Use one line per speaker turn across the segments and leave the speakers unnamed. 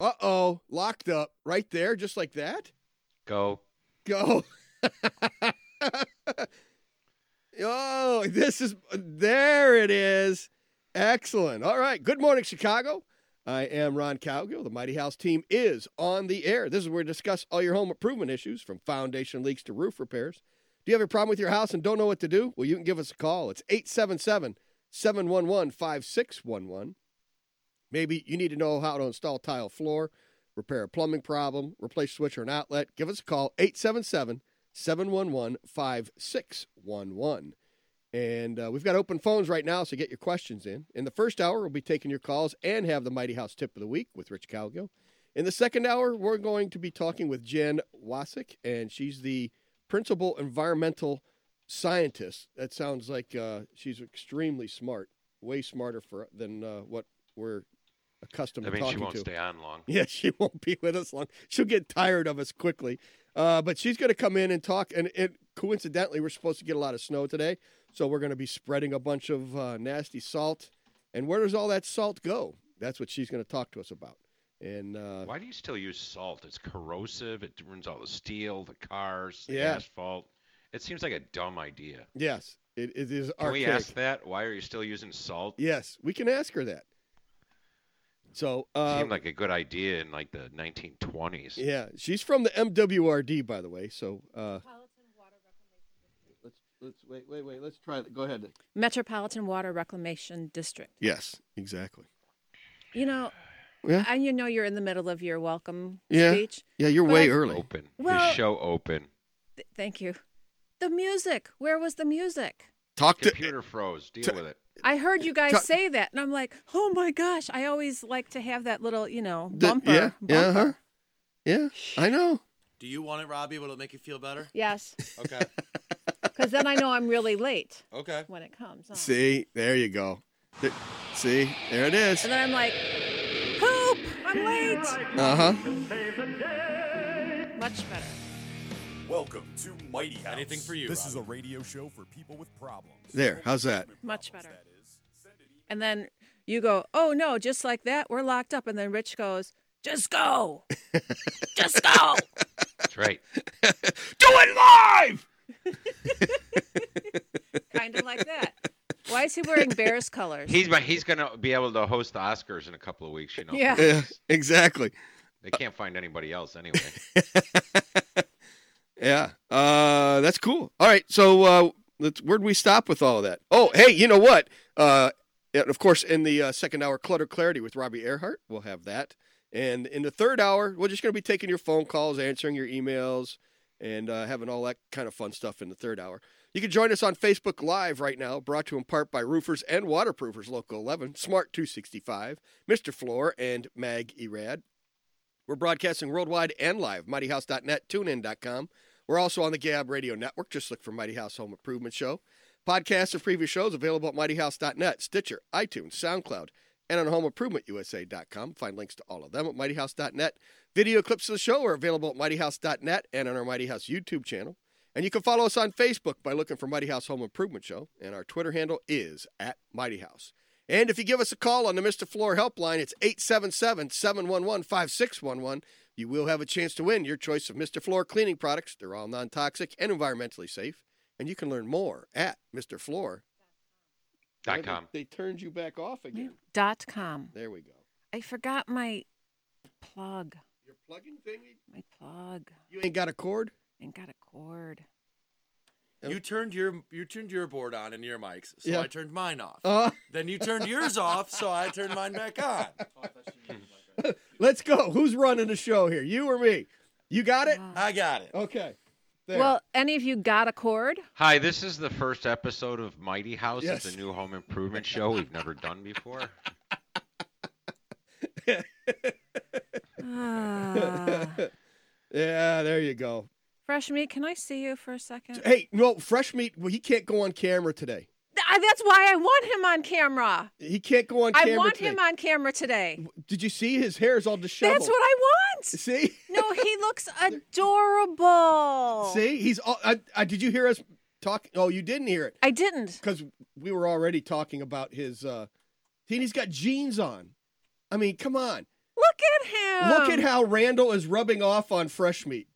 Uh oh, locked up right there, just like that.
Go.
Go. oh, this is there. It is excellent. All right. Good morning, Chicago. I am Ron Cowgill. The Mighty House team is on the air. This is where we discuss all your home improvement issues, from foundation leaks to roof repairs. Do you have a problem with your house and don't know what to do? Well, you can give us a call. It's 877 711 5611. Maybe you need to know how to install tile floor, repair a plumbing problem, replace switch or an outlet. Give us a call, 877 711 5611. And uh, we've got open phones right now, so get your questions in. In the first hour, we'll be taking your calls and have the Mighty House tip of the week with Rich Calgill. In the second hour, we're going to be talking with Jen Wasik, and she's the principal environmental scientist. That sounds like uh, she's extremely smart, way smarter for than uh, what we're accustomed
I
to
mean, she
talking
won't
to.
stay on long.
Yeah, she won't be with us long. She'll get tired of us quickly. Uh, but she's going to come in and talk. And it, coincidentally, we're supposed to get a lot of snow today. So we're going to be spreading a bunch of uh, nasty salt. And where does all that salt go? That's what she's going to talk to us about. And uh,
Why do you still use salt? It's corrosive. It ruins all the steel, the cars, the
Yeah.
asphalt. It seems like a dumb idea.
yes, it, it is
Can we
archaic.
ask that? Why are you still using salt?
Yes, we can ask her that. So, uh,
seemed like a good idea in like the 1920s.
yeah, she's from the MWRD, by the way. So, uh,
Let's let's wait wait wait. Let's try. Go ahead.
Metropolitan Water Reclamation District.
yes, exactly.
You know,
Yeah.
I you know you're in the middle of your welcome
Yeah.
speech.
Yeah, you're way
way
early.
Open.
Well-
His show open.
Th- thank you. The music. Where was the music?
Talk to
Computer froze. Deal with it.
I heard you guys
Ta-
say that, and I'm like, oh my gosh! I always like to have that little, you know,
The-
bumper.
yeah, yeah, uh-huh. huh?
bumper.
Yeah, I know.
Do you want it, Robbie? Will it make you feel better?
Yes,
Okay.
because then I know I'm really late
okay.
when it comes. on.
See, there you go. Th- See, there it is.
And then I'm like, poop! I'm late.
Uh huh.
Much better.
Welcome to Mighty House.
Anything for you,
This
Rob.
is a radio show for people with problems.
There, how's that?
Much better. And then you go, oh no, just like that, we're locked up. And then Rich goes, just go. just go.
That's right.
Do it live.
kind of like that. Why is he wearing bears colors?
He's but he's gonna be able to host the Oscars in a couple of weeks. You know.
Yeah.
Yeah, exactly.
They can't find anybody else anyway.
Yeah, uh, that's cool. All right, so uh, let's, where'd we stop with all of that? Oh, hey, you know what? Uh, and of course, in the uh, second hour, Clutter Clarity with Robbie Earhart, we'll have that. And in the third hour, we're just going to be taking your phone calls, answering your emails, and uh, having all that kind of fun stuff in the third hour. You can join us on Facebook Live right now, brought to you in part by Roofers and Waterproofers Local 11, Smart 265, Mr. Floor, and Mag Erad. We're broadcasting worldwide and live, mightyhouse.net, tunein.com. We're also on the Gab Radio Network. Just look for Mighty House Home Improvement Show. Podcasts of previous shows available at mightyhouse.net, Stitcher, iTunes, SoundCloud, and on homeimprovementusa.com. Find links to all of them at mightyhouse.net. Video clips of the show are available at mightyhouse.net and on our Mighty House YouTube channel. And you can follow us on Facebook by looking for Mighty House Home Improvement Show, and our Twitter handle is at Mighty House. And if you give us a call on the Mr. Floor helpline, it's 877 711 5611. You will have a chance to win your choice of Mr. Floor cleaning products. They're all non toxic and environmentally safe. And you can learn more at Mr. Floor.
Dot
They-
com.
They, turned you back off again.
Dot com.
There we go.
I forgot my plug.
You're plugging thingy?
My plug.
You ain't got a cord?
And got a cord.
You turned your you turned your board on and your mics, so
Yeah.
I turned mine off.
Uh,
then you turned yours off, so I turned mine back on.
let's go. Who's running the show here? You or me? You got it?
Uh,
I got it.
Okay. There.
Well, any of you got a cord?
Hi, this is the first episode of Mighty House.
Yes.
It's a new home improvement show we've never done before.
Ah.
yeah, there you go.
Fresh meat, can I see you for a second?
Hey, no, Fresh Meat, well, he can't go on camera today.
Th- I- That's why I want him on camera.
He can't go on
I
camera
want
today.
him on camera today.
Did you see his hair's all disheveled?
That's what I want.
See?
No, he looks adorable.
See, he's. All, I, I, did you hear us talk? Oh, you didn't hear it
I didn't.
because we were already talking about his. uh he- He's got jeans on. I mean, come on.
Look Look at him.
Look at how Randall is rubbing off on fresh meat.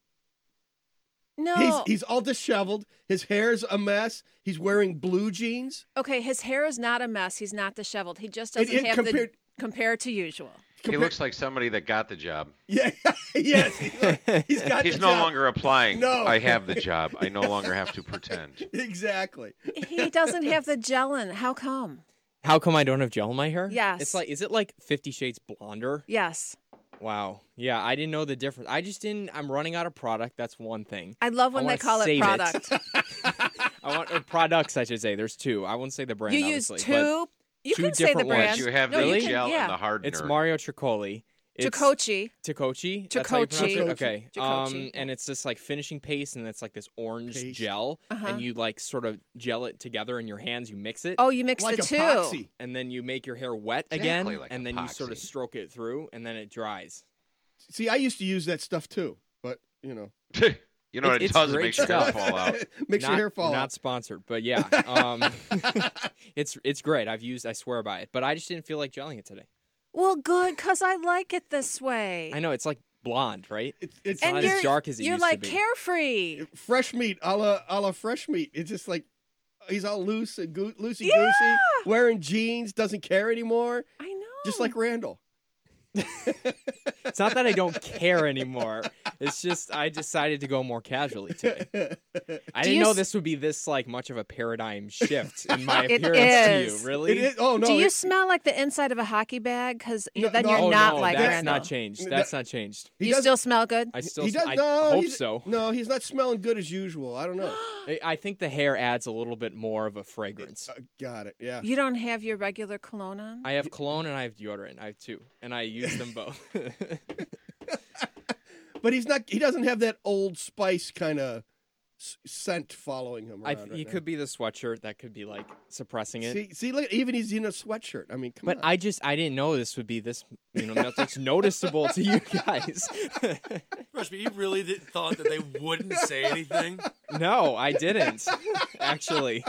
No.
He's he's all disheveled. His hair's a mess. He's wearing blue jeans.
okay, his hair is not a mess. He's not disheveled. He just
It-
doesn't
it
have
compared-
the compared to usual.
He
Compar-
looks like somebody that got the job.
yeah, yes. He's, he's got.
He's
the
no
job.
longer applying.
No.
I have the job. I no longer have to pretend.
Exactly.
He doesn't have the gelin. How come?
How come I don't have gel in my hair?
Yes.
It's like, is it like Fifty Shades Blonder?
Yes.
Wow. Yeah, I didn't know the difference. I just didn't. I'm running out of product. That's one thing.
I love
I
when they
wanna
call it
save it.
product.
I want or products. I should say. There's two. I won't say the brand.
you use
obviously, but
two. You
two
can say the
different ones.
brand.
Yes, you have
no,
the
Really?
You can,
gel
yeah.
and the hard
It's
nerve.
Mario Tricoli. It's
Jacochi.
Takochi. That's how you pronounce it?
Takochi.
Okay.
Takochi.
Um, and it's this like finishing paste, and it's like this orange
Paste.
gel,
Uh-huh.
and you like sort of gel it together in your hands. You mix it.
Oh, you mix
like
the two.
epoxy.
And then you make your hair wet again,
Exactly like
and then you sort of
epoxy.
stroke it through, and then it dries.
See, I used to use that stuff too, but you know,
you know what
It-
it,
it's
does? It
great
makes your hair
stuff.
fall out.
makes
Oh, not,
your hair fall
Not
out.
sponsored, but yeah, um, it's it's great. I've used, I swear by it, but I just didn't feel like gelling it today.
Well, good, cause I like it this way.
I know it's like blonde, right?
It's, it's
not
and
as
you're
dark as it
you're
used to
like
be.
carefree.
fresh meat, a la a la fresh meat. It's just like he's all loose and go- loosey goosey,
Yeah.
wearing jeans, doesn't care anymore,
I know.
just like Randall.
It's not that I don't care anymore. It's just I decided to go more casually today. I
Do
didn't
you
know
s-
this would be this like much of a paradigm shift in my
It
appearance to
is.
you. Really?
It is. Oh no,
Do you
it-
smell like the inside of a hockey bag? Because
No,
then
no.
you're
oh
not
no,
like
that's
Randall.
not changed. That's not changed.
he
you
doesn't-
still smell good.
I still
he does,
I
no,
hope
he's-
so.
No, he's not smelling good as usual. I don't know.
I- I think the hair adds a little bit more of a fragrance.
Uh, got it. Yeah.
You don't have your regular cologne on.
I have cologne and I have deodorant. I have two, and I use them both.
But he's not. He doesn't have that old spice kind of scent following him.
I,
Around
th-
right
you
now.
could be the sweatshirt that could be like suppressing it.
see. See, look. Even he's in a sweatshirt. I mean, come
but
on.
I just I didn't know this would be this you know that's noticeable to you guys.
Trust me, you really did, thought that they wouldn't say anything.
no, I didn't actually.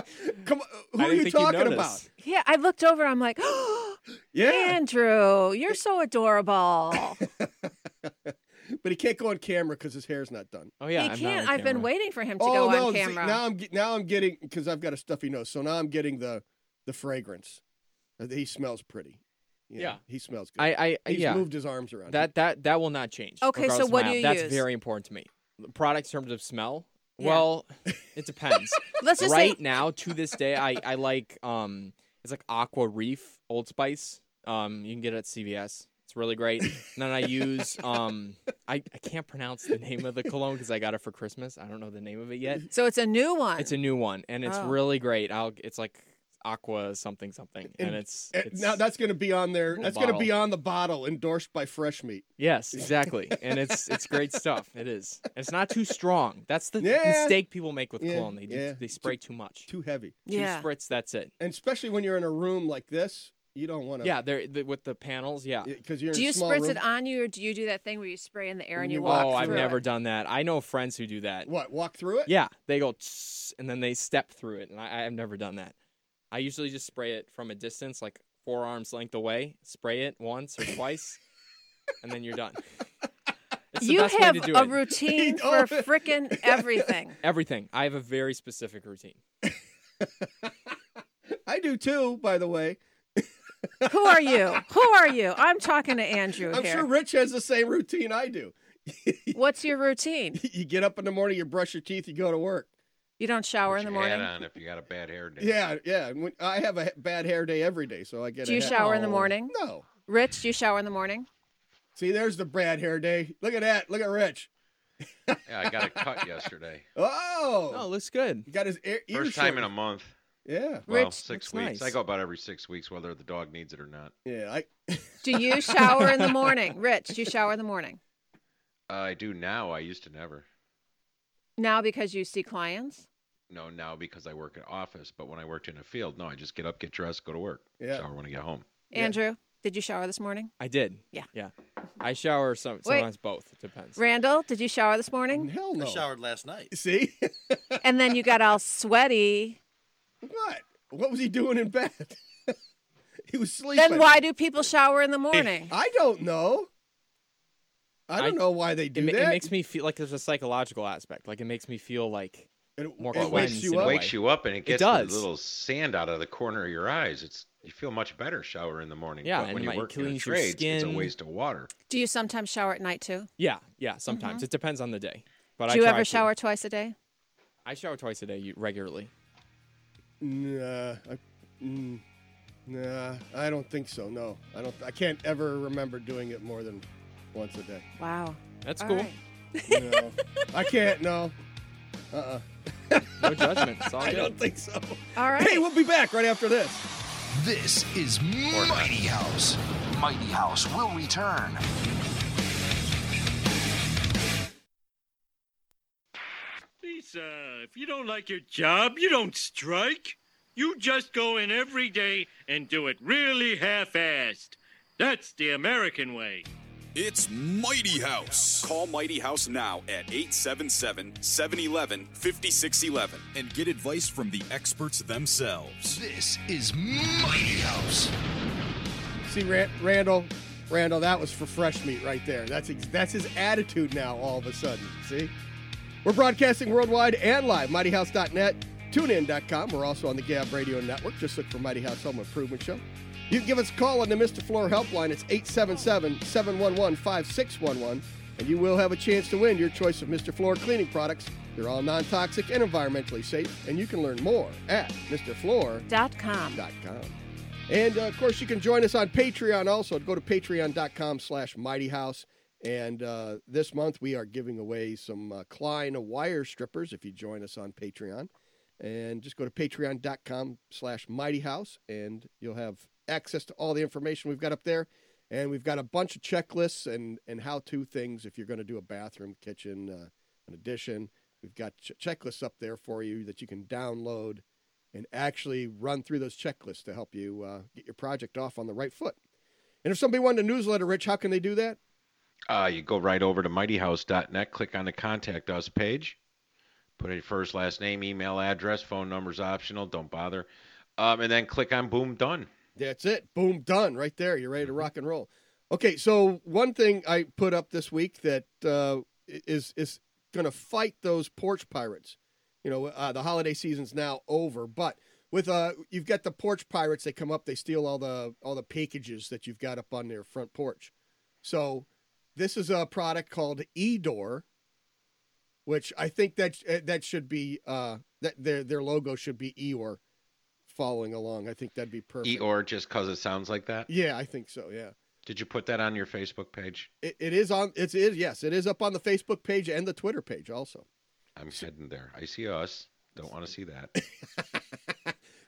come on. Who
I
are
didn't
you
think you
talking about?
noticed.
yeah, I looked over. I'm like,
Yeah.
Andrew, you're so adorable.
But he can't go on camera because his hair's not done.
Oh yeah,
he
I'm not
can't.
on
I've been
camera.
waiting for him to
oh
go
no!
on
see,
camera.
now I'm ge- now I'm getting because I've got a stuffy nose, so now I'm getting the the fragrance. Uh, He smells pretty.
Yeah.
He smells good.
I, I
he's
yeah.
moved his arms around.
That that that will not change.
Okay, so
regardless of
what do
my app.
you
That's
use?
very important to me. Product in terms of smell.
Yeah.
Well, it depends.
Let's just
right
say
now to this day I, I like um it's like aqua reef old spice um you can get it at cvs it's really great and then i use um I, I can't pronounce the name of the cologne because i got it for christmas i don't know the name of it yet
so. It's a new one.
it's a new one and it's
Oh.
really great i'll it's like aqua something something and
And-
it's,
Uh,
it's
now that's going to be on there.
Little
That's going to be
bottle.
on the bottle, endorsed by Fresh Meat.
yes exactly and it's it's great stuff it is it's not too strong that's the
Yeah.
mistake people make with
Yeah,
cologne they, do-
yeah.
they spray too much
Too heavy,
yeah.
two spritz that's it
and especially when you're in a room like this, you don't want to.
yeah they're, they with the panels yeah
because you're.
Do
in
you
a small
spritz
room.
it on you, or do you do that thing where you spray in the air
And
and
you
you,
walk
walk?
oh, I've
through
never
It?
done that. I know friends who do that.
What? Walk through it.
Yeah, they go "Tss," and then they step through it, and I, I've never done that. I usually just spray it from a distance, like four arms length away. Spray it once or twice, and then you're done. It's the
you
best
have
way to do
a
it.
routine
Oh.
for frickin' everything.
Everything. I have a very specific routine.
I do too. By the way,
Who are you? Who are you? I'm talking to Andrew
I'm
here.
sure Rich has the same routine I do.
What's your routine?
You get up in the morning, you brush your teeth, you go to work.
You don't shower
Put
in the
your hat
morning.
on if you got a bad hair day.
Yeah, yeah. When- I have a ha- bad hair day every day, so I get.
Do
a
you
hat.
shower in the
Oh.
morning?
No.
Rich, do you shower in the morning?
See, there's the bad hair day. Look at that. Look at Rich.
Yeah, I got a cut yesterday.
Oh,
Oh, it looks good.
got his ear. ear
First time in
shortened.
a month.
Yeah,
Well,
Rich,
six
that's
weeks.
nice.
I go about every six weeks, whether the dog needs it or not.
yeah. I,
Do you shower in the morning? Rich, do you shower in the morning?
I do now. I used to never.
Now because you see clients?
No, now because I work in office. But when I worked in a field, no, I just get up, get dressed, go to work.
Yeah.
Shower when I get home.
Yeah.
Andrew, did you shower this morning?
I did.
Yeah.
Yeah. I shower some, sometimes both. It depends.
Randall, did you shower this morning?
hell no.
I showered last night.
See
And then you got all sweaty.
what? What was he doing in bed? he was sleeping.
Then why do people shower in the morning?
I don't know. I don't
I-
know why they do
It, ma-
that.
it makes me feel like there's a psychological aspect. Like it makes me feel like
It-
more
it wakes
cleansed
you
in a
up.
way.
wakes you up and it gets
does.
the little sand out of the corner of your eyes. It's you feel much better shower in the morning.
Yeah,
but
and
when you
it
work in the
cleans your
trades, it's a
skin.
waste of water.
Do you sometimes shower at night too?
yeah, yeah. Sometimes it depends on the day. But
Mm-hmm.
I
Do you
try
ever
to.
shower twice a day?
I shower twice a day you- regularly.
Nah, I, mm, nah, I don't think so. No, I don't. I can't ever remember doing it more than once a day.
Wow.
That's
All
cool.
right.
No, I can't. No, uh, uh
No judgment. It's all
I
good.
don't think so.
All right.
Hey, we'll be back right after this.
This is Mighty House. Mighty House will return.
Lisa, if you don't like your job, you don't strike. You just go in every day and do it really half assed. That's the American way.
It's Mighty House. Call Mighty House now at 877 711 5611 and get advice from the experts themselves.
This is Mighty House.
See, Ran- Randall, Randall, that was for fresh meat right there. That's ex- that's his attitude now. All of a sudden, see, we're broadcasting worldwide and live. MightyHouse.net, TuneIn.com. We're also on the Gab Radio Network. Just look for Mighty House Home Improvement Show. You can give us a call on the Mr. Floor Helpline. It's 877-711-5611, and you will have a chance to win your choice of Mr. Floor cleaning products. They're all non-toxic and environmentally safe, and you can learn more at Mr. Floor
Dot com.
patreon.com. And uh, of course, you can join us on Patreon also. Go to patreon.com slash mighty house. And uh, this month we are giving away some uh, Klein wire strippers if you join us on Patreon. And just go to patreon.com slash mighty house and you'll have access to all the information we've got up there. And we've got a bunch of checklists and, and how to things if you're going to do a bathroom, kitchen, uh, an addition. We've got ch- checklists up there for you that you can download and actually run through those checklists to help you uh, get your project off on the right foot. And if somebody wanted a newsletter, Rich, how can they do that?
Uh, you go right over to mightyhouse.net, click on the contact us page, put in your first, last name, email address, phone number's optional, don't bother. Um, and then click on boom done.
That's it. Boom, done. Right there. You're ready to rock and roll. Okay, so one thing I put up this week that uh, is is going to fight those porch pirates. You know, uh, the holiday season's now over, but with uh, you've got the porch pirates. They come up, they steal all the all the packages that you've got up on their front porch. So this is a product called Edor, which I think that uh, that should be uh, that their their logo should be Eeyore following along. I think that'd be perfect.
Eeyore, just because it sounds like that.
Yeah, I think so. Yeah,
Did you put that on your Facebook page?
it, it is on. It's it is yes, it is up on the Facebook page and the Twitter page also.
I'm heading there. I see us. Don't want to see that.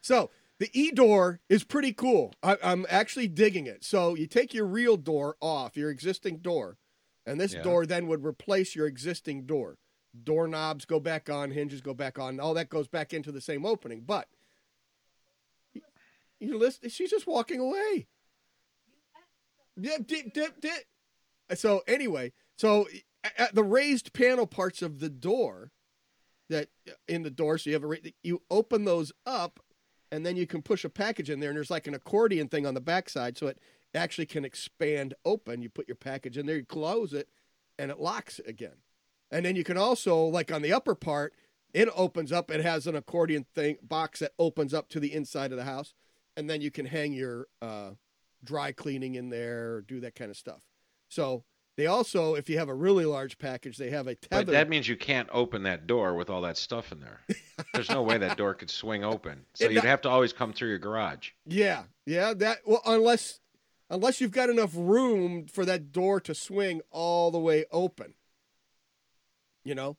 So the e door is pretty cool. I, I'm actually digging it. So you take your real door off, your existing door, and this
Yeah.
door then would replace your existing door. Doorknobs go back on, hinges go back on, all that goes back into the same opening. But you listen, she's just walking away. Yeah, dip, dip, dip. So anyway, so a- at the raised panel parts of the door, that uh, in the door, so you have a ra- you open those up, and then you can push a package in there, and there's like an accordion thing on the backside, so it actually can expand open. You put your package in there, you close it, and it locks again. And then you can also, like on the upper part, it opens up. It has an accordion thing box that opens up to the inside of the house, and then you can hang your uh, dry cleaning in there, do that kind of stuff. So they also, if you have a really large package, they have a tether.
But that means you can't open that door with all that stuff in there. There's no way that door could swing open. So
It-
you'd have to always come through your garage.
yeah, yeah. That well, unless unless you've got enough room for that door to swing all the way open. You know.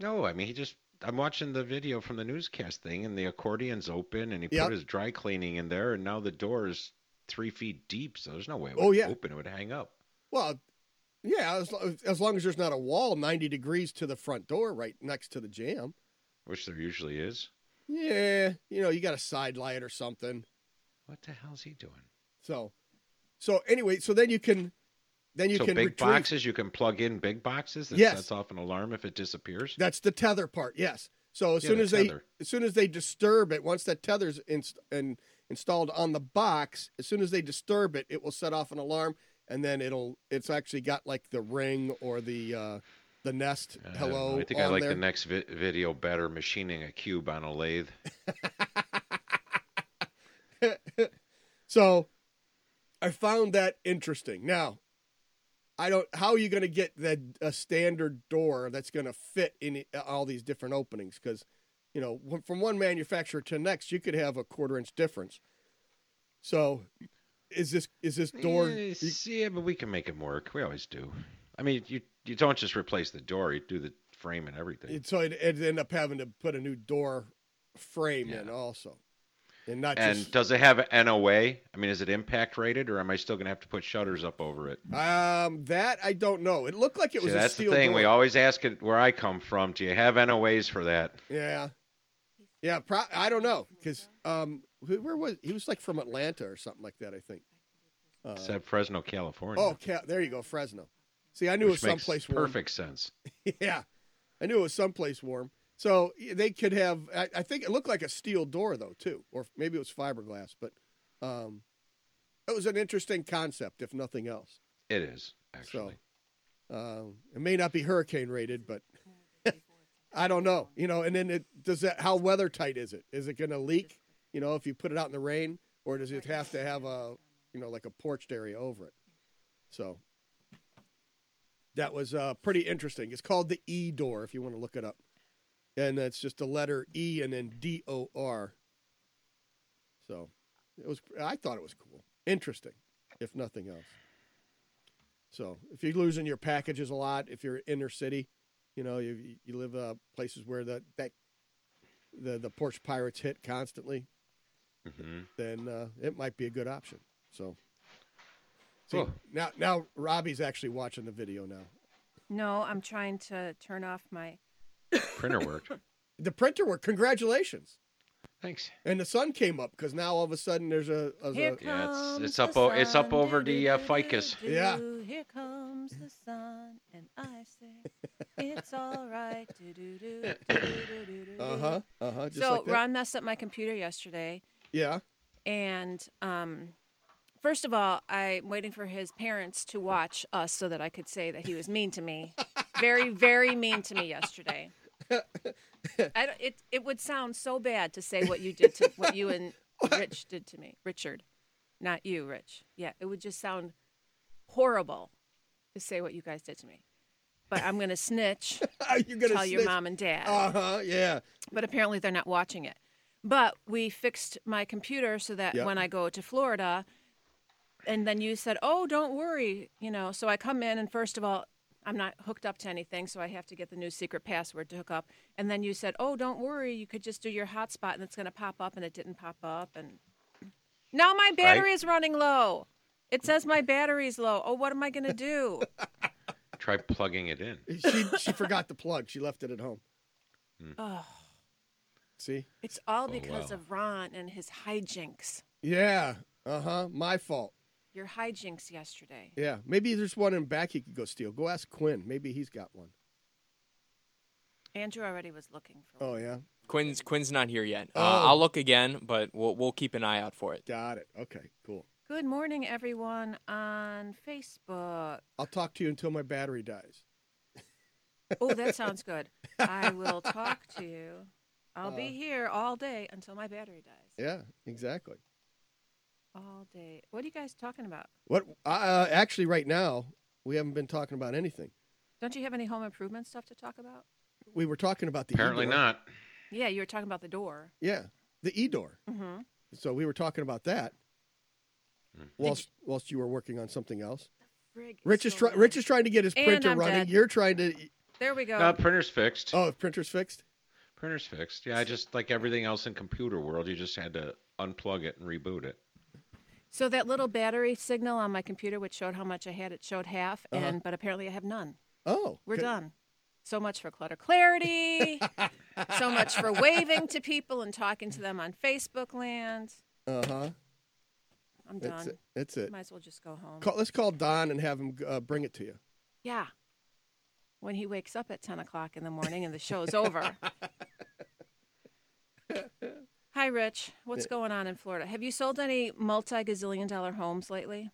No, I mean he just. I'm watching the video from the newscast thing, and the accordion's open, and he
Yep.
put his dry cleaning in there, and now the door is three feet deep, so there's no way it would
Oh, yeah.
open. It would hang up.
Well, yeah. As, lo- as long as there's not a wall ninety degrees to the front door, right next to the jam.
Which there usually is.
Yeah, you know, you got a side light or something.
What the hell's he doing?
So, so anyway, so then you can, then you
so
can
big
retrieve.
boxes, you can plug in big boxes that
Yes.
sets off an alarm if it disappears.
That's the tether part. Yes. So as
Yeah,
soon
the
as they
tether.
as soon as they disturb it, once that tether's inst- and installed on the box, as soon as they disturb it, it will set off an alarm and then it'll it's actually got like the ring or the uh, the nest
I don't know.
hello.
Uh, I think I
on
like
there.
the next vi- video better machining a cube on a lathe.
So I found that interesting. Now, I don't. How are you going to get that a standard door that's going to fit in i- all these different openings? Because you know, one- from one manufacturer to next, you could have a quarter inch difference. So, is this is this door?
Eh, yeah, but we can make them work. We always do. I mean, you you don't just replace the door; you do the frame and everything.
it- So it would end up having to put a new door frame in
Yeah.
also, and not
and
just.
does it have NOA? I mean, is it impact rated, or am I still gonna have to put shutters up over it?
Um, that I don't know. It looked like it
See,
was a
that's the
steel
thing.
door.
We always ask it where I come from. Do you have NOAs for that?
Yeah, yeah. Pro- I don't know because um, who, where was he? Was like from Atlanta or something like that, I think. Uh,
Except Fresno, California.
oh, Ca- there you go, Fresno. See, I knew
which
it was
makes
someplace warm.
perfect sense.
yeah, I knew it was someplace warm. So they could have. I, I think it looked like a steel door though, too, or maybe it was fiberglass. But um, it was an interesting concept, if nothing else.
It is
So
actually.
um, it may not be hurricane rated, but I don't know. You know, and then it does that. How weather tight is it? Is it going to leak? You know, if you put it out in the rain, or does it have to have a you know like a porched area over it? So that was uh, pretty interesting. It's called the E door if you want to look it up, and that's just the letter E and then D O R. So it was. I thought it was cool, interesting, if nothing else. So if you're losing your packages a lot, if you're inner city, you know you you live uh, places where the that the the Porsche Pirates hit constantly,
hmm
then uh, it might be a good option. So. See,
Cool.
now now Robbie's actually watching the video now.
No, I'm trying to turn off my.
Printer worked.
The printer work, congratulations.
Thanks.
And the sun came up because now all of a sudden there's a, a-
Here
a-
comes
Yeah, it's- it's
the
up o- it's up
sun,
over the, uh, ficus.
do-do-do-do-do.
Yeah.
Here comes the sun, and I say it's all right. do-do-do, do-do-do-do-do.
uh-huh, uh-huh, just
So
like that.
Ron messed up my computer yesterday,
yeah.
and um, first of all, I'm waiting for his parents to watch us so that I could say that he was mean to me, very, very mean to me yesterday. I don't- it it would sound so bad to say what you did to what you and Rich did to me, Richard, not you, Rich. Yeah, it would just sound horrible to say what you guys did to me. But I'm gonna snitch,
You're gonna
tell your
snitch.
mom and dad
Uh-huh, yeah.
but apparently they're not watching it. But we fixed my computer so that
Yeah.
when I go to Florida, and then you said, "Oh, don't worry," you know. So I come in, and first of all, I'm not hooked up to anything, so I have to get the new secret password to hook up. And then you said, "Oh, don't worry, you could just do your hotspot, and it's going to pop up," and it didn't pop up. And now my battery is running low. It says my battery's low. Oh, what am I going to do?
Try plugging it in.
She she forgot the plug. She left it at home.
Hmm.
oh,
See?
it's all
Oh,
because
wow.
of Ron and his hijinks.
Yeah. Uh-huh. My fault.
Your hijinks yesterday.
Yeah. Maybe there's one in back he could go steal. Go ask Quinn. Maybe he's got one.
Andrew already was looking for.
Oh yeah.
Quinn's Quinn's not here yet. Uh,
Oh.
I'll look again, but we'll we'll keep an eye out for it.
Got it. Okay, cool.
Good morning, everyone on Facebook.
I'll talk to you until my battery dies.
Oh, that sounds good. I will talk to you. I'll be here all day until my battery dies.
Yeah, exactly.
All day. What are you guys talking about?
What uh, actually right now, we haven't been talking about anything.
Don't you have any home improvement stuff to talk about?
We were talking about the
Apparently
e-door.
not.
Yeah, you were talking about the door.
Yeah, the e door.
Mm-hmm.
So we were talking about that
Mm-hmm.
whilst whilst you were working on something else.
Rig is
Rich is
so
try, Rich is trying to get his
And
printer
I'm
running.
dead.
You're trying to.
loud. There we go.
No, printer's fixed.
Oh, the printer's fixed.
Printer's fixed. Yeah, I just like everything else in computer world, you just had to unplug it and reboot it.
So that little battery signal on my computer, which showed how much I had, it showed half, and but apparently I have none.
Oh,
We're
good.
done. So much for clutter clarity. so much for waving to people and talking to them on Facebook land.
Uh huh.
I'm
That's
done.
it. That's it.
Might as well just go home.
Call, let's call Don and have him uh, bring it to you.
Yeah. When he wakes up at 10 o'clock in the morning and the show's over. Hi, Rich. What's going on in Florida? Have you sold any multi gazillion dollar homes lately?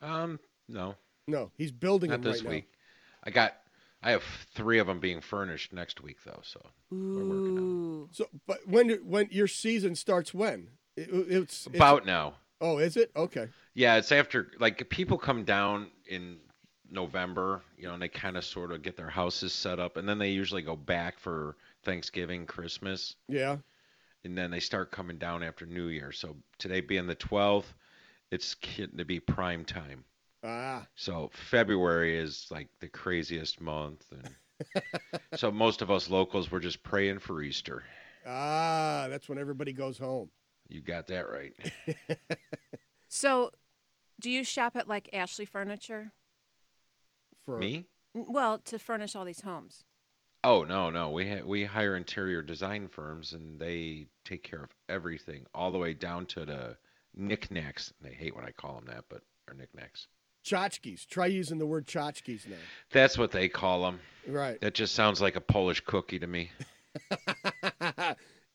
Um, No,
No, he's building
not
them
this
right
week. I got. I have three of them being furnished next week though. So
Ooh.
now. So, but when do- when your season starts when? It- it's it's-
about now.
oh, is it okay?
Yeah, it's after like people come down in November, you know, and they kind of sort of get their houses set up, and then they usually go back for Thanksgiving, Christmas,
Yeah.
and then they start coming down after New Year. So today being the 12th, it's getting to be prime time.
Ah,
So February is like the craziest month, and so most of us locals we're just praying for Easter.
ah, that's when everybody goes home.
You got that right.
So, do you shop at like Ashley Furniture?
For
Me?
N- Well, to furnish all these homes.
Oh no, no. We ha- we hire interior design firms, and they take care of everything, all the way down to the knickknacks. They hate when I call them that, but or knickknacks.
tchotchkes. Try using the word tchotchkes now.
That's what they call them.
Right.
That just sounds like a Polish cookie to me.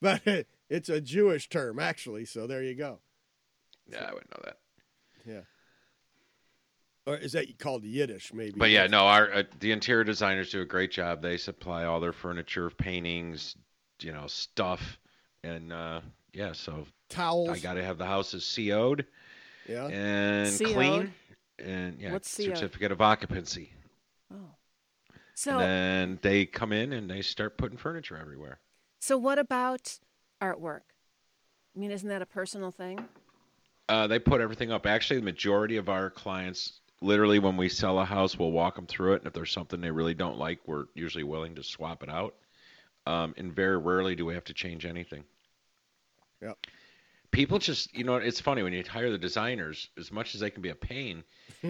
but it's a Jewish term actually, so there you go.
Yeah, I wouldn't know that.
Yeah. Or is that called Yiddish maybe?
But yeah, no. Our uh, the interior designers do a great job. They supply all their furniture, paintings, you know, stuff, and uh, yeah. So
Towels.
I got to have the houses CO'd
yeah.
and
CO'd?
clean, and yeah,
What's CO'd?
certificate of occupancy.
Oh. So,
and then they come in and they start putting furniture everywhere.
so what about artwork? I mean, isn't that a personal thing?
Uh, they put everything up. Actually, the majority of our clients, literally, when we sell a house, we'll walk them through it. And if there's something they really don't like, we're usually willing to swap it out. Um, and very rarely do we have to change anything.
Yep.
People just, you know, it's funny when you hire the designers, as much as they can be a pain,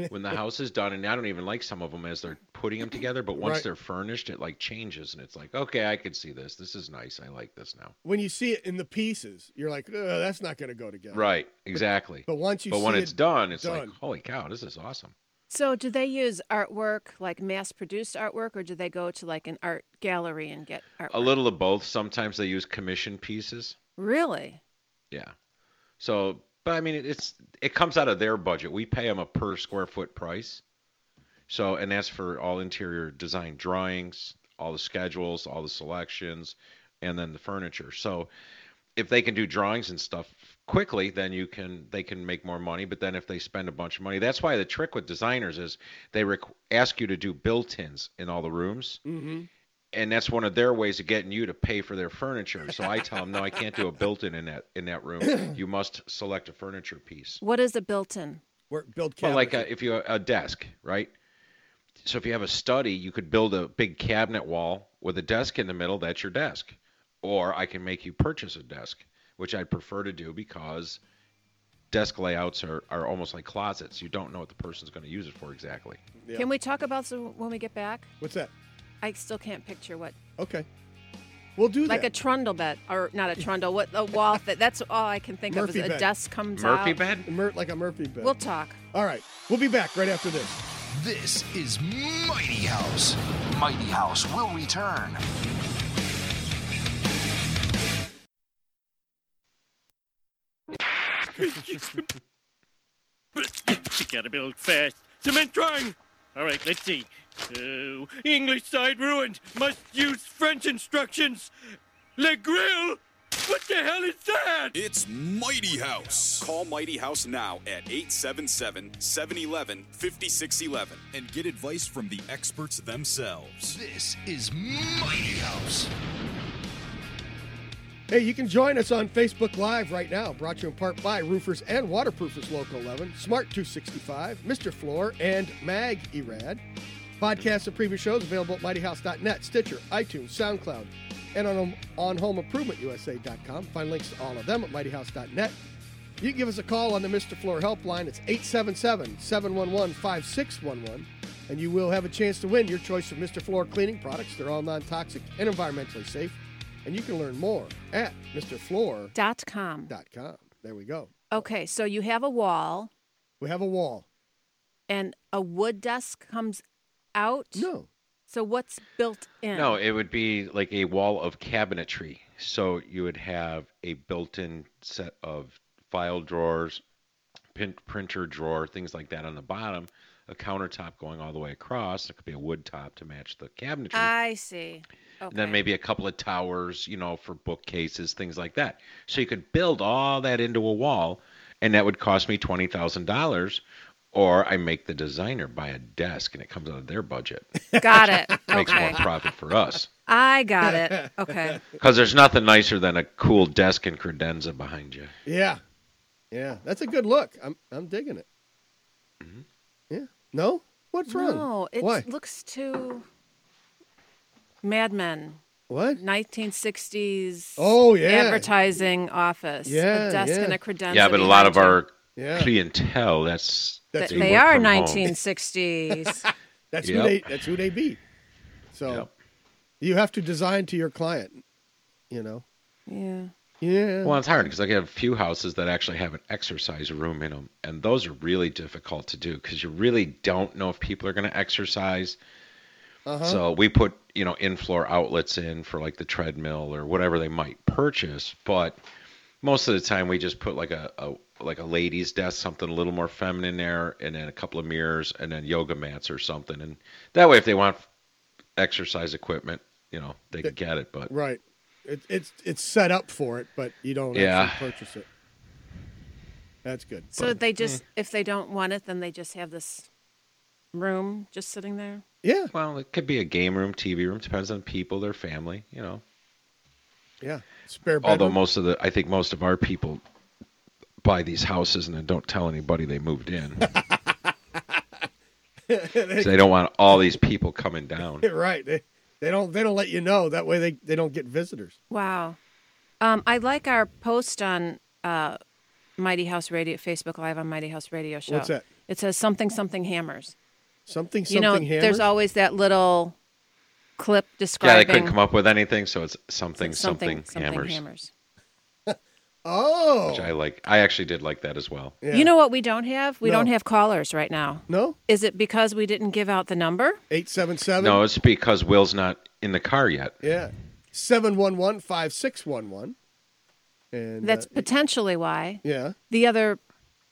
when the house is done, and I don't even like some of them as they're putting them together, but once
Right.
they're furnished, it like changes and it's like, okay, I can see this. This is nice. I like this now.
When you see it in the pieces, you're like, "Ugh, that's not going to go together.
Right, exactly.
But once you
But
see
when
it,
it's done, it's
done.
like, holy cow, this is awesome.
So, do they use artwork, like mass produced artwork, or do they go to like an art gallery and get artwork?
A little of both. Sometimes they use commission pieces.
Really?
Yeah. So, but I mean, it- it's it comes out of their budget. We pay them a per square foot price. So, and that's for all interior design drawings, all the schedules, all the selections, and then the furniture. So, if they can do drawings and stuff quickly, then you can they can make more money. But then if they spend a bunch of money, that's why the trick with designers is they requ- ask you to do built-ins in all the rooms.
Mm-hmm.
and that's one of their ways of getting you to pay for their furniture. So I tell them, no, I can't do a built-in in that in that room. You must select a furniture piece.
What is a built in?
Work, build
Well,
cabinet.
like a, if you a desk, right? So if you have a study, you could build a big cabinet wall with a desk in the middle. That's your desk. Or I can make you purchase a desk, which I'd prefer to do because desk layouts are, are almost like closets. You don't know what the person's going to use it for exactly.
Yeah.
Can we talk about this when we get back?
What's that?
I still can't picture what,
Okay. We'll do
like a
that.
trundle bed, or not a trundle, what a wall fit. That's all I can think
Murphy
of is a
bed.
desk comes out.
Murphy bed?
Mur- like a Murphy bed.
We'll talk.
All right. We'll be back right after this.
This is Mighty House. Mighty House will return.
You gotta build fast. Cement drawing! All right, let's see. Oh, English side ruined. Must use French instructions. Le grill? What the hell is that?
It's Mighty House. Call Mighty House now at 877 711 5611 and get advice from the experts themselves.
This is Mighty House.
Hey, you can join us on Facebook Live right now, brought to you in part by Roofers and Waterproofers Local 11, Smart 265, Mr. Floor, and Mag Erad. Podcasts of previous shows available at mightyhouse.net, Stitcher, iTunes, SoundCloud, and on, on homeimprovementusa.com. Find links to all of them at mightyhouse.net. You can give us a call on the Mr. Floor helpline. It's 877 711 5611, and you will have a chance to win your choice of Mr. Floor cleaning products. They're all non toxic and environmentally safe. And you can learn more at MrFloor.com.
Dot com.
There we go.
Okay, so you have a wall,
We have a wall.
and a wood desk comes out.
No.
So what's built in?
No, it would be like a wall of cabinetry. So you would have a built-in set of file drawers, pin- printer drawer, things like that on the bottom, a countertop going all the way across. It could be a wood top to match the cabinetry.
I see. Ah, Okay.
And then maybe a couple of towers, you know, for bookcases, things like that. So you could build all that into a wall, and that would cost me twenty thousand dollars. Or I make the designer buy a desk, and it comes out of their budget.
Got it.
Makes more
Okay.
profit for us.
I got it. Okay.
Because there's nothing nicer than a cool desk and credenza behind you.
Yeah, yeah, that's a good look. I'm I'm digging it. Yeah. Mm-hmm. No, what's wrong?
No, it
Why?
looks too Mad Men,
What?
1960s
Oh, yeah.
advertising office.
Yeah,
a desk
yeah.
and a credenza.
yeah, but a lot of
behind
our
Yeah.
clientele, that's,
you. Th-
That's
They,
who
work
are
from home.
1960s.
That's who
Yep.
they. That's who they be. So
Yep.
you have to design to your client. You know.
yeah.
Yeah.
Well, it's hard because I have a few houses that actually have an exercise room in them, and those are really difficult to do because you really don't know if people are going to exercise.
Uh-huh.
So we put, you know, in-floor outlets in for like the treadmill or whatever they might purchase, but most of the time we just put like a, a like a ladies' desk, something a little more feminine there, and then a couple of mirrors, and then yoga mats or something, and that way if they want exercise equipment, you know, they can get it. But
Right. It, it's it's set up for it, but you don't
Yeah.
actually purchase it. That's good.
So
But-
they just, if they don't want it, then they just have this room just sitting there.
yeah,
Well, it could be a game room, TV room. Depends on people, their family. You know.
yeah. Spare bedroom.
Although most of the, I think most of our people buy these houses and then don't tell anybody they moved in. 'Cause they don't want all these people coming down.
right. They, they don't they don't let you know that way they, they don't get visitors.
Wow. Um, I like our post on uh, Mighty House Radio, Facebook Live on Mighty House Radio Show.
What's that?
It says something, something hammers.
Something something
you know,
hammers?
there's always that little clip
Yeah, they
describing
couldn't come up with anything, so it's something,
something,
something, hammers,
Oh.
which I like. I actually did like that as well.
Yeah.
You know what we don't have? We
No.
don't have callers right now.
No?
Is it because we didn't give out the number?
877
No, it's because Will's not in the car yet.
Yeah. 711-5611. And
That's
uh,
potentially why.
yeah.
The other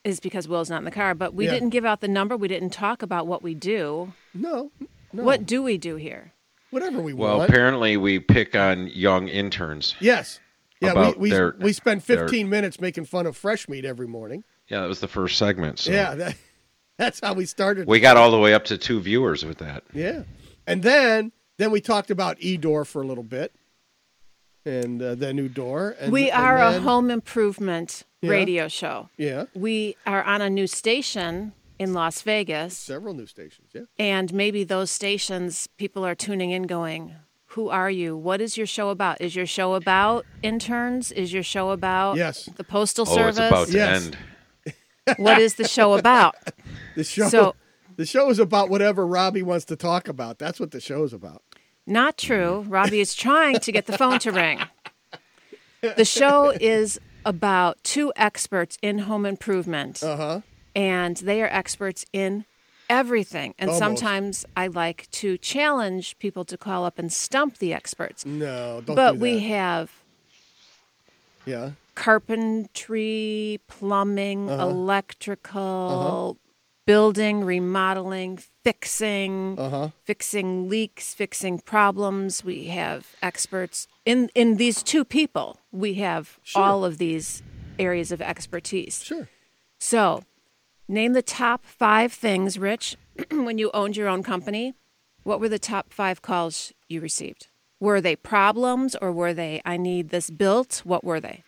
is because Will's not in the car, but we
Yeah.
didn't give out the number. We didn't talk about what we do.
No. No.
What do we do here?
whatever we
Well,
want.
apparently we pick on young interns.
yes. Yeah,
about
we we,
their-
we spend
their-
15 minutes making fun of fresh meat every morning.
Yeah, that was the first segment. So
Yeah, that, that's how we started.
we got all the way up to two viewers with that.
Yeah, and then then we talked about Edor for a little bit, and uh, the new door. And,
we
and
are a
then-
home improvement
Yeah.
radio show.
Yeah,
We are on a new station in Las Vegas.
several new stations. Yeah,
And maybe those stations, people are tuning in going, Who are you? What is your show about? Is your show about interns? Is your show about
Yes.
the Postal
Oh, it's
Service?
about to
Yes.
end.
What is the show about?
the show.
So-
the show is about whatever Robbie wants to talk about. That's what the show is about.
Not
Mm-hmm.
true. Robbie is trying to get the phone to ring. The show is about two experts in home improvement.
Uh huh.
and they are experts in everything. And
Almost.
sometimes I like to challenge people to call up and stump the experts.
No, don't.
But
do
we
that.
have
yeah.
carpentry, plumbing, electrical, building, remodeling, fixing, fixing leaks, fixing problems. We have experts in in these two people. We have all of these areas of expertise.
Sure.
So, name the top five things, Rich, when you owned your own company. What were the top five calls you received? Were they problems or were they, I need this built? What were they?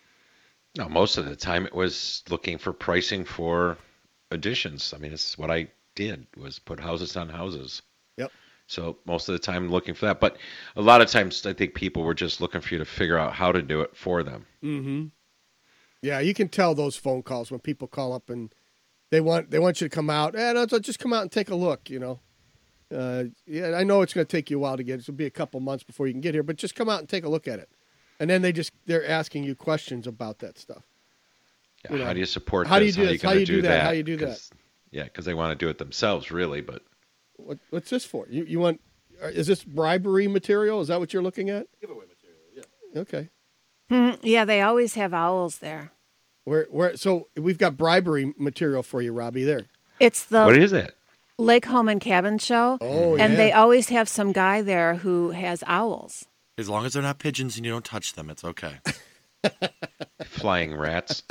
No, most of the time it was looking for pricing for additions. I mean, it's what I did was put houses on houses.
Yep.
So most of the time looking for that, but a lot of times I think people were just looking for you to figure out how to do it for them.
Yeah, you can tell those phone calls when people call up and they want they want you to come out. Eh, no, just come out and take a look. You know, uh, yeah, I know it's going to take you a while to get. It'll be a couple months before you can get here, but just come out and take a look at it. And then they just they're asking you questions about that stuff.
Yeah,
You know,
how do you support
how do you
this?
do this? How
gonna
do you do that? How do you do that?
'Cause- Yeah, because they want to do it themselves, really. But
What, what's this for? You you want? uh, Is this bribery material? Is that what you're looking at? Giveaway material. Yeah. Okay.
Yeah, they always have owls there.
Where where? So we've got bribery material for you, Robbie. There.
It's the
what is it?
Lake Home and Cabin Show,
Oh,
and
yeah.
they always have some guy there who has owls.
As long as they're not pigeons and you don't touch them, it's okay.
Flying rats.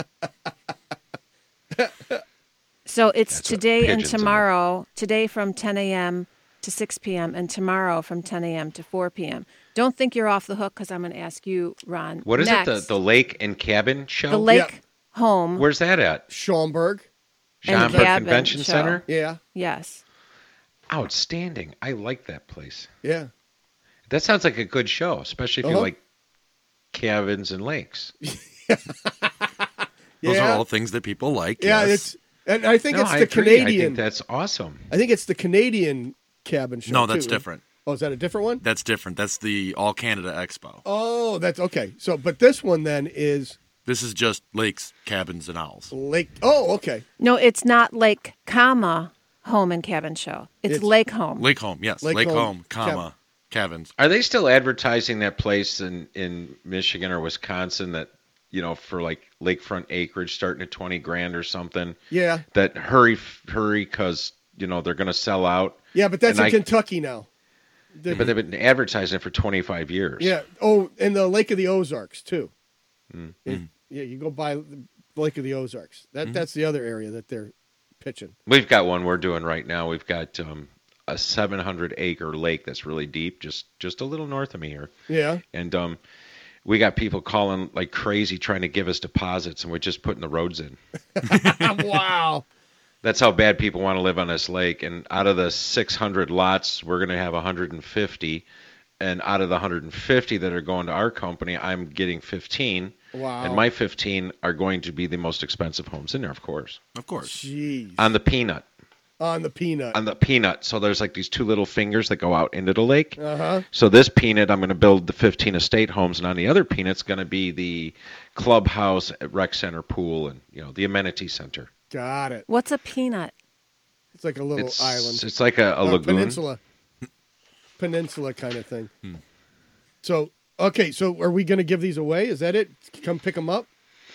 So it's
That's what
today and
pigeons are.
tomorrow. Today from 10 a.m. to 6 p.m. and tomorrow from 10 a.m. to 4 p.m. Don't think you're off the hook because I'm going to ask you, Ron.
What is
next,
it? The the lake and cabin show.
The Lake Home.
Where's that at?
Schaumburg.
And
Schaumburg
cabin
Convention
show.
Center.
Yeah.
Yes.
Outstanding. I like that place.
Yeah.
That sounds like a good show, especially if you
Uh-huh.
like cabins and lakes.
Those
Yeah.
are all things that people like.
Yeah,
yes.
it's and I think
No,
it's
I
the
agree. I
Canadian.
think that's awesome.
I think it's the Canadian cabin show.
no, that's
too.
different.
Oh, is that a different one?
That's different. That's the All Canada Expo.
Oh, that's okay. So, but this one then is
This is just lakes, cabins, and owls.
Lake. Oh, okay.
No, it's not Lake, comma, Home and Cabin Show. It's,
It's-
Lake Home.
Lake home, yes.
Lake
Lake,
Home,
home, comma, cabins.
Are they still advertising that place in in Michigan or Wisconsin that you know for like lakefront acreage starting at twenty grand or something?
Yeah,
That hurry, f- hurry, because you know they're going to sell out.
yeah, but that's in
And I-
Kentucky now. The-
But they've been advertising it for twenty five years.
yeah. Oh, and the Lake of the Ozarks too. It- yeah, you go by the Lake of the Ozarks. That that's the other area that they're pitching.
We've got one we're doing right now. We've got um, a 700 acre lake that's really deep, just just a little north of me here,
Yeah.
and um, we got people calling like crazy trying to give us deposits, and we're just putting the roads in.
wow.
That's how bad people want to live on this lake. And out of the 600 lots, we're going to have 150, and out of the 150 that are going to our company, I'm getting 15.
Wow.
And my 15 are going to be the most expensive homes in there, of course,
Of course.
Jeez.
on the peanut.
On the peanut.
on the peanut. So there's like these two little fingers that go out into the lake.
Uh huh.
So this peanut, I'm going to build the 15 estate homes, and on the other peanut's going to be the clubhouse, rec center, pool, and you know the amenity center.
Got it.
What's a peanut?
It's like a little
it's
island,
it's like a, a
Uh,
lagoon. Hmm.
peninsula, peninsula kind of thing. So okay, so are we going to give these away? Is that it? Come pick them up.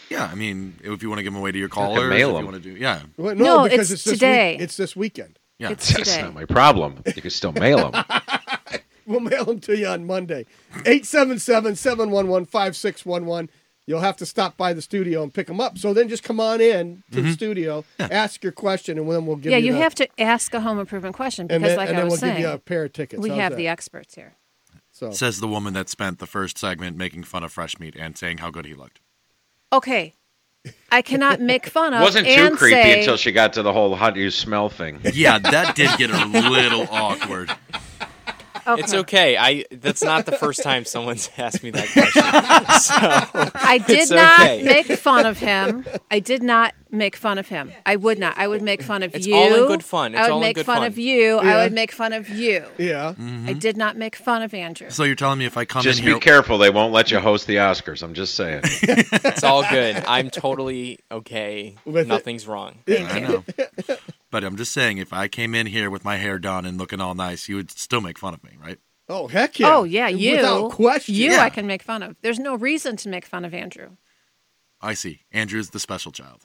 Yeah, I mean, if you want to give them away to your
can
callers, if
mail
you
'em.
want to do, yeah,
Well,
No,
because
it's
this week-
today.
it's this weekend.
yeah.
It's
That's
today.
not my problem. You can still mail them.
We'll mail them to you on Monday. 877-711-5611. You'll have to stop by the studio and pick them up. So then just come on in to
Mm-hmm.
the studio, ask your question, and then we'll give
Yeah,
you
you
the-
have to ask a home improvement question because,
and then,
like
and
I
then
was
we'll
saying,
give you a pair of tickets.
we
How's
have
that?
the experts here.
so
Says the woman that spent the first segment making fun of fresh meat and saying how good he looked.
Okay. I cannot make fun of
Wasn't too
and
creepy
say,
until she got to the whole "how do you smell" thing.
Yeah, that did get a little awkward.
It's okay. I that's not the first time someone's asked me that question. So
I did
It's
not
okay.
make fun of him. I did not make fun of him. I would not. I would make fun of
It's
you.
all in good fun.
I
It's
would
all in
make
good
fun
fun.
of you.
Yeah. Mm-hmm.
I would make fun of you.
yeah,
Mm-hmm.
I did not make fun of Andrew.
So you're telling me if I come
Just
in
be
here,
careful; they won't let you host the Oscars. I'm just saying.
it's all good. I'm totally okay.
With it.
Nothing's wrong.
I know. But I'm just saying, if I came in here with my hair done and looking all nice, you would still make fun of me, right?
Oh heck yeah!
Oh yeah, you.
Without question.
You
Yeah.
I can make fun of. There's no reason to make fun of Andrew.
I see. Andrew's the special child.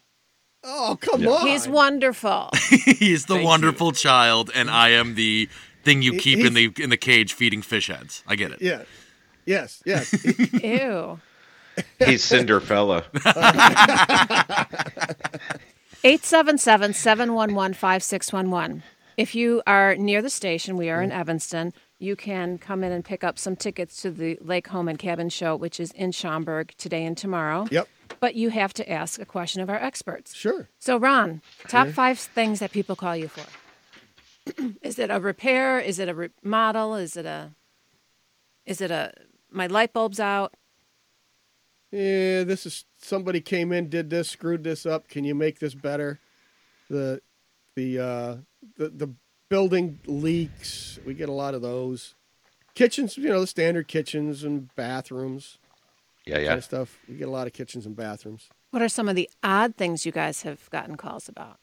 Oh come on.
He's wonderful.
He's the wonderful child, and I am the thing you keep in the in the cage feeding fish heads. I get it.
Yeah. Yes. Yes.
Ew.
He's Cinderfella.
877 711 5611. If you are near the station, we are in Evanston, you can come in and pick up some tickets to the Lake Home and Cabin Show, which is in Schaumburg today and tomorrow.
yep.
But you have to ask a question of our experts.
Sure.
So, Ron, top five things that people call you for is it a repair? Is it a remodel? Is it a, is it a, my light bulb's out?
yeah, this is somebody came in, did this, screwed this up. Can you make this better? The the uh, the the building leaks. We get a lot of those. Kitchens, you know, the standard kitchens and bathrooms
Yeah,
kind
yeah.
of stuff. We get a lot of kitchens and bathrooms.
What are some of the odd things you guys have gotten calls about?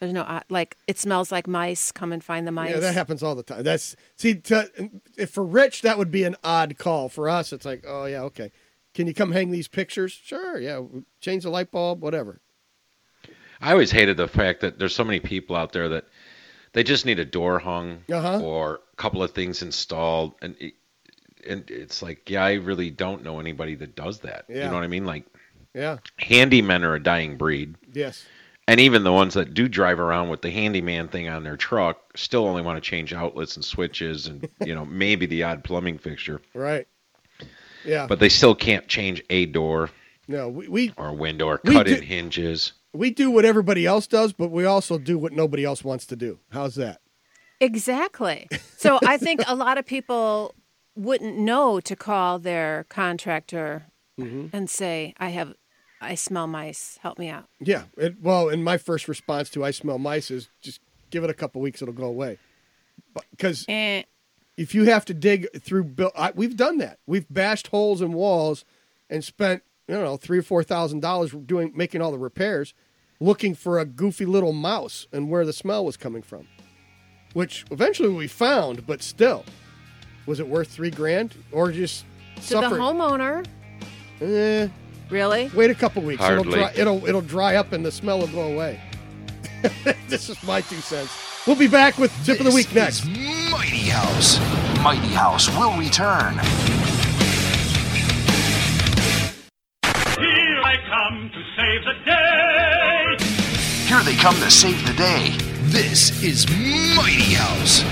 There's no odd, like it smells like mice. Come and find the mice.
Yeah, that happens all the time. That's see, to, if for Rich that would be an odd call. For us, it's like, oh yeah, okay. Can you come hang these pictures? Sure, yeah. Change the light bulb, whatever.
I always hated the fact that there's so many people out there that They just need a door hung
Uh-huh.
or a couple of things installed, and it, and it's like, yeah, I really don't know anybody that does that. You
Yeah.
know what I mean? Like,
Yeah.
handymen are a dying breed,
Yes.
and even the ones that do drive around with the handyman thing on their truck still only want to change outlets and switches, and you know maybe the odd plumbing fixture,
Right. Yeah.
but they still can't change a door
no, we, we
or window or
We
cut
do-
in hinges.
we do what everybody else does, but we also do what nobody else wants to do. How's that?
Exactly. So I think a lot of people wouldn't know to call their contractor
Mm-hmm.
and say, "I have, I smell mice. Help me out."
Yeah. It, well, and my first response to I smell mice is just give it a couple weeks, it'll go away. Because
Eh.
if you have to dig through, buil- I, we've done that. We've bashed holes in walls and spent you know three or four thousand dollars doing making all the repairs, looking for a goofy little mouse and where the smell was coming from, which eventually we found. But still, was it worth three grand or just
So
suffer?
the homeowner,
Eh,
really?
wait a couple weeks. It'll
Hardly.
dry, it'll it'll dry up and the smell will go away. this is my two cents. We'll be back with tip of the week next.
Mighty House. Mighty House will return.
Here I come to save the day.
Here they come to save the day. This is Mighty House.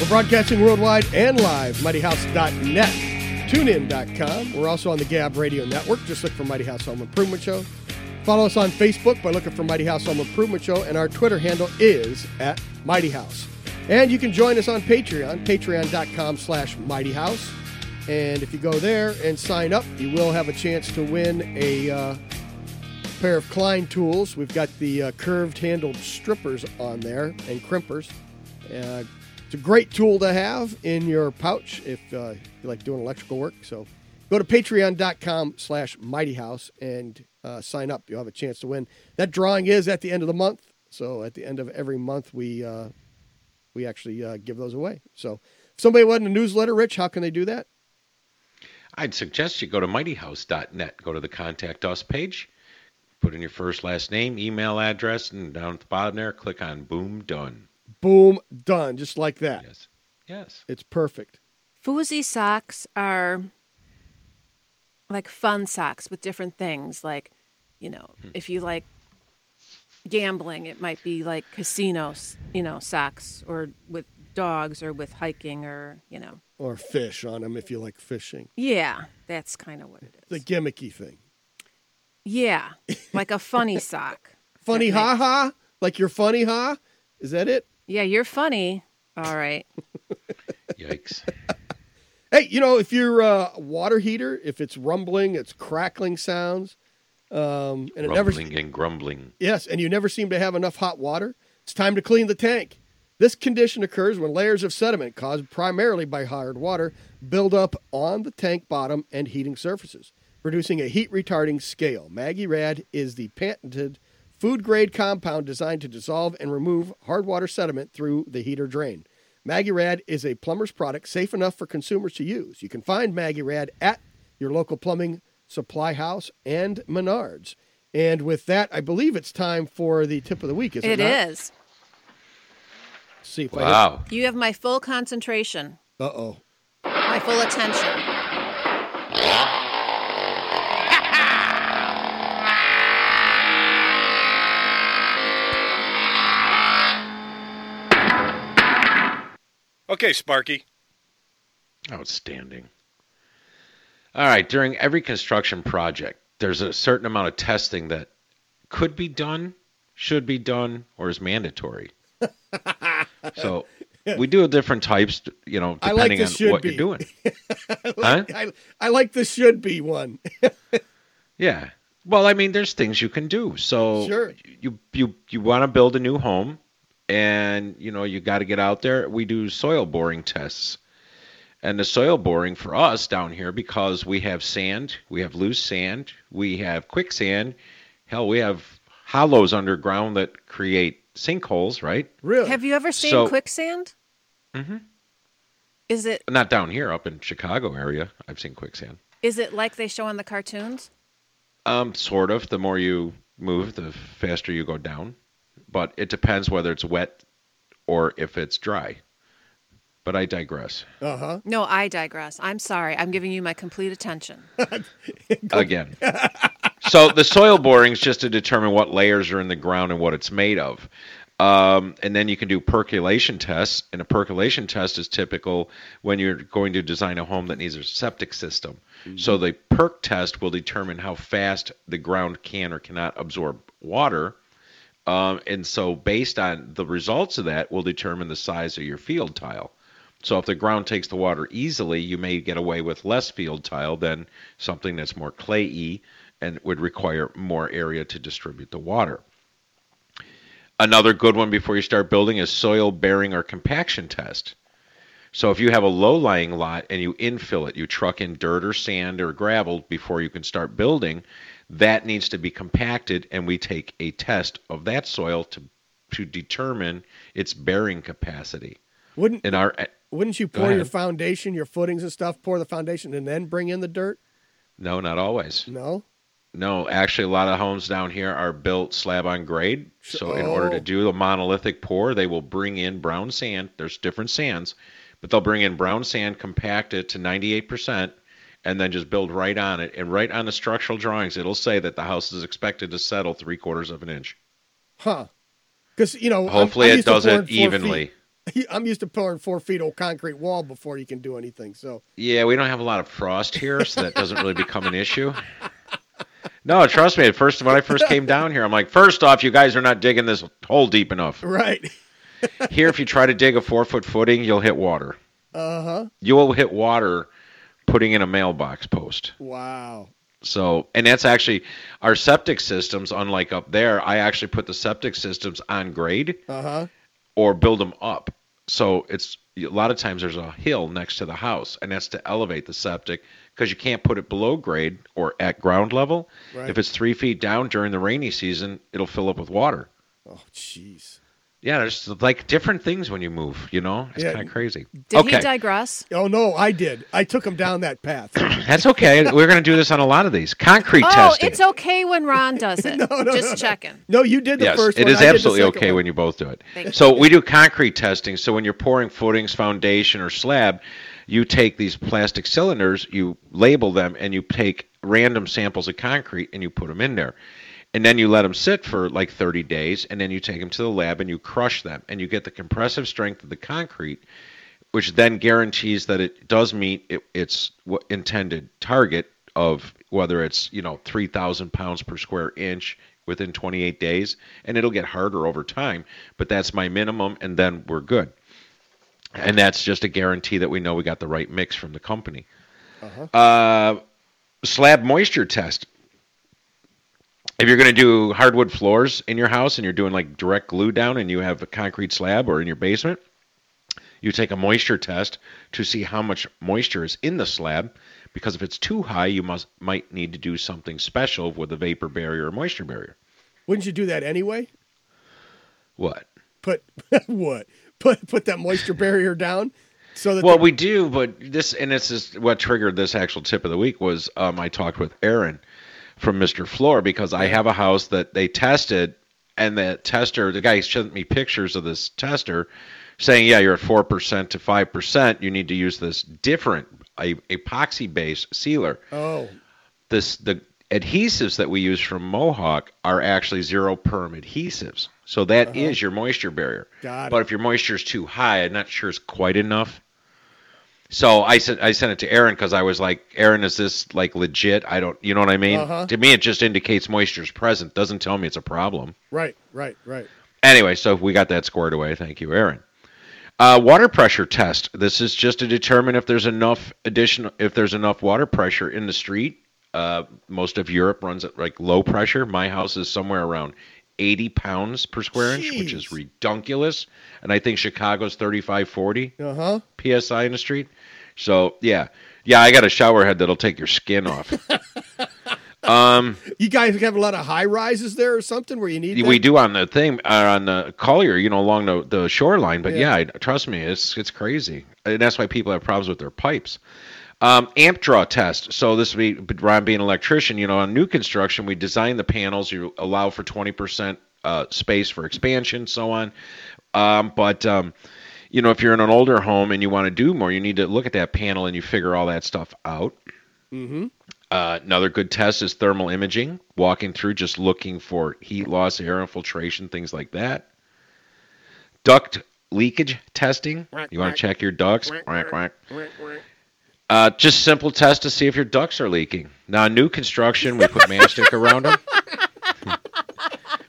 We're broadcasting worldwide and live, mightyhouse.net, tunein.com. We're also on the Gab Radio Network. Just look for Mighty House Home Improvement Show. Follow us on Facebook by looking for Mighty House Home Improvement Show, and our Twitter handle is at Mighty House. And you can join us on Patreon, patreon.com slash Mighty House. And if you go there and sign up, you will have a chance to win a uh, pair of Klein tools. We've got the uh, curved handled strippers on there and crimpers. Uh, it's a great tool to have in your pouch if uh, you like doing electrical work. So go to patreon.com slash mighty house and uh, sign up. You'll have a chance to win. That drawing is at the end of the month. So at the end of every month, we uh, we actually uh, give those away. So if somebody wasn't a newsletter, Rich, how can they do that?
I'd suggest you go to mightyhouse.net, go to the contact us page, put in your first, last name, email address, and down at the bottom there, click on boom done.
Boom, done, just like that.
Yes. Yes.
It's perfect.
Foozy socks are like fun socks with different things. Like, you know, if you like gambling, it might be like casinos, you know, socks or with dogs or with hiking or, you know.
Or fish on them if you like fishing.
Yeah, that's kind of what it is.
The gimmicky thing.
Yeah, like a funny sock.
Funny
That
ha ha?
makes-
Like you're funny ha? Is that it?
Yeah, you're funny. All right.
Yikes.
Hey, you know, if your uh, water heater, if it's rumbling, it's crackling sounds, um, and it never,
Rumbling and grumbling.
yes, and you never seem to have enough hot water, it's time to clean the tank. This condition occurs when layers of sediment, caused primarily by hard water, build up on the tank bottom and heating surfaces, producing a heat retarding scale. Maggie Rad is the patented food grade compound designed to dissolve and remove hard water sediment through the heater drain. Maggie Rad is a plumber's product safe enough for consumers to use. You can find Maggie Rad at your local plumbing supply house and Menards. And with that, I believe it's time for the tip of the week, is it?
It is.
See if
Wow.
You have my full concentration,
I Uh oh.
my full attention.
Okay, Sparky.
Outstanding. All right. During every construction project, there's a certain amount of testing that could be done, should be done, or is mandatory. so we do different types, you know,
I like
depending
the should
on what
be.
you're doing.
I, I, I like the should be one.
Yeah. Well, I mean, there's things you can do. So
Sure.
you you you want to build a new home, and you know you got to get out there. We do soil boring tests, and the soil boring for us down here because we have sand, we have loose sand, we have quicksand, hell, we have hollows underground that create sinkholes, right?
Really?
Have you ever seen
So-
quicksand?
Mm-hmm.
Is it
Not down here, up in Chicago area. I've seen quicksand.
is it like they show on the cartoons?
Um, sort of. The more you move, the faster you go down. but it depends whether it's wet or if it's dry. But I digress
Uh huh.
No, I digress. I'm sorry. I'm giving you my complete attention.
again. so the soil boring is just to determine what layers are in the ground and what it's made of. Um, and then you can do percolation tests, and a percolation test is typical when you're going to design a home that needs a septic system. So the perk test will determine how fast the ground can or cannot absorb water. Um, and so, based on the results of that, will determine the size of your field tile. So, if the ground takes the water easily, you may get away with less field tile than something that's more clayey and would require more area to distribute the water. Another good one before you start building is soil bearing or compaction test. So, if you have a low lying lot and you infill it, you truck in dirt or sand or gravel before you can start building, that needs to be compacted and we take a test of that soil to to determine its bearing capacity
Wouldn't
in our
wouldn't you
Go
pour your
ahead.
foundation, your footings and stuff, pour the foundation and then bring in the dirt?
no not always
No.
no actually a lot of homes down here are built slab on grade so in order
Oh.
to do the monolithic pour they will bring in brown sand there's different sands but they'll bring in brown sand compact it to 98% and then just build right on it and right on the structural drawings it'll say that the house is expected to settle three quarters of an inch
Huh. Because you know, I'm-
hopefully
I'm
it
used to
does
pouring
it
four feet-
evenly
I'm used to pouring four feet of concrete wall before you can do anything. So
Yeah, we don't have a lot of frost here, so that doesn't really become an issue. No, trust me. At first, when I first came down here, I'm like, first off, you guys are not digging this hole deep enough.
right.
Here, if you try to dig a four foot footing, you'll hit water.
Uh huh.
You will hit water putting in a mailbox post.
Wow.
So, and that's actually our septic systems, unlike up there, I actually put the septic systems on grade
Uh huh.
or build them up. So it's a lot of times there's a hill next to the house, and that's to elevate the septic because you can't put it below grade or at ground level.
Right.
If it's three feet down during the rainy season, it'll fill up with water.
Oh, jeez.
Yeah, there's like different things when you move. You know, it's
Yeah.
kind of crazy.
Did
okay,
he digress?
Oh no, I did. I took him down that path.
that's okay. We're gonna do this on a lot of these concrete
Oh,
testing.
it's okay when Ron does it.
no,
Just
no.
checking.
No, you did the
yes,
first.
it
one.
is
I did the
absolutely
second
okay
one.
when you both do it.
Thank you.
So we do concrete testing. So when you're pouring footings, foundation, or slab, you take these plastic cylinders, you label them, and you take random samples of concrete and you put them in there. And then you let them sit for like 30 days, and then you take them to the lab and you crush them, and you get the compressive strength of the concrete, which then guarantees that it does meet it, its w- intended target of whether it's you know 3,000 pounds per square inch within 28 days, and it'll get harder over time. But that's my minimum, and then we're good. And that's just a guarantee that we know we got the right mix from the company. Uh, slab moisture test. If you're going to do hardwood floors in your house and you're doing like direct glue down and you have a concrete slab or in your basement, you take a moisture test to see how much moisture is in the slab because if it's too high, you must might need to do something special with a vapor barrier or moisture barrier.
Wouldn't you do that anyway?
What?
Put what? Put put that moisture barrier down so that
Well,
the-
we do, but this and this is what triggered this actual tip of the week was um, I talked with Aaron from Mr. Floor because I have a house that they tested, and the tester, the guy sent me pictures of this tester saying, "Yeah, you're at four percent to five percent. You need to use this different a, epoxy based sealer."
oh
this the adhesives that we use from Mohawk are actually zero perm adhesives. So that is your moisture barrier.
Uh-huh. Got
but if your moisture is too high, I'm not sure it's quite enough. So I sent I sent it to Aaron because I was like, Aaron, is this like legit? I don't, you know what I mean?
Uh-huh.
To me, it just indicates moisture is present. Doesn't tell me it's a problem.
right, right, right.
Anyway, so we got that squared away. Thank you, Aaron. Uh, water pressure test. This is just to determine if there's enough additional if there's enough water pressure in the street. Uh, most of Europe runs at like low pressure. My house is somewhere around 80 pounds per square inch, which is redunculous. And I think Chicago's 35, 40
Uh huh.
psi in the street. So yeah, yeah, I got a shower head that'll take your skin off. um,
You guys have a lot of high rises there or something where you need.
we
that?
do on the thing uh, on the collier you know along the, the shoreline but
Yeah.
yeah, I- trust me it's it's crazy and that's why people have problems with their pipes um, amp draw test so this would be ron being an electrician you know on new construction we design the panels you allow for 20% uh, space for expansion, so on. Um, but um, you know, if you're in an older home and you want to do more, you need to look at that panel and you figure all that stuff out.
Mm-hmm.
Uh, another good test is thermal imaging, walking through, just looking for heat loss, air infiltration, things like that. Duct leakage testing. You want to check your ducts? Quack, quack. Uh, just simple test to see if your ducts are leaking. Now, new construction, we put mastic around them.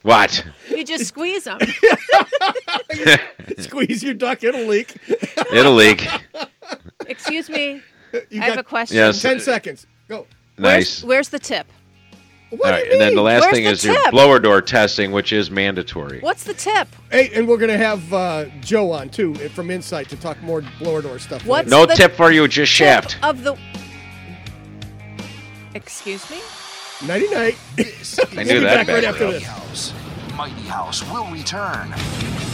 what?
You just squeeze them.
Squeeze your duck, it'll leak.
It'll leak.
Excuse me.
You
I have
got
a question.
Yes.
Ten seconds. Go.
Nice.
Where's the tip?
What
All right, and then the last
Where's
thing
the
is your
tip?
blower door testing, which is mandatory.
What's the tip?
Hey, and we're gonna have uh, Joe on too eh, from Insight to talk more blower door stuff.
What's
no
the
tip for you, just shaft.
Of the. Excuse me?
Nighty night.
This is
I knew that
back right
background.
after this.
Mighty House. Mighty House will return.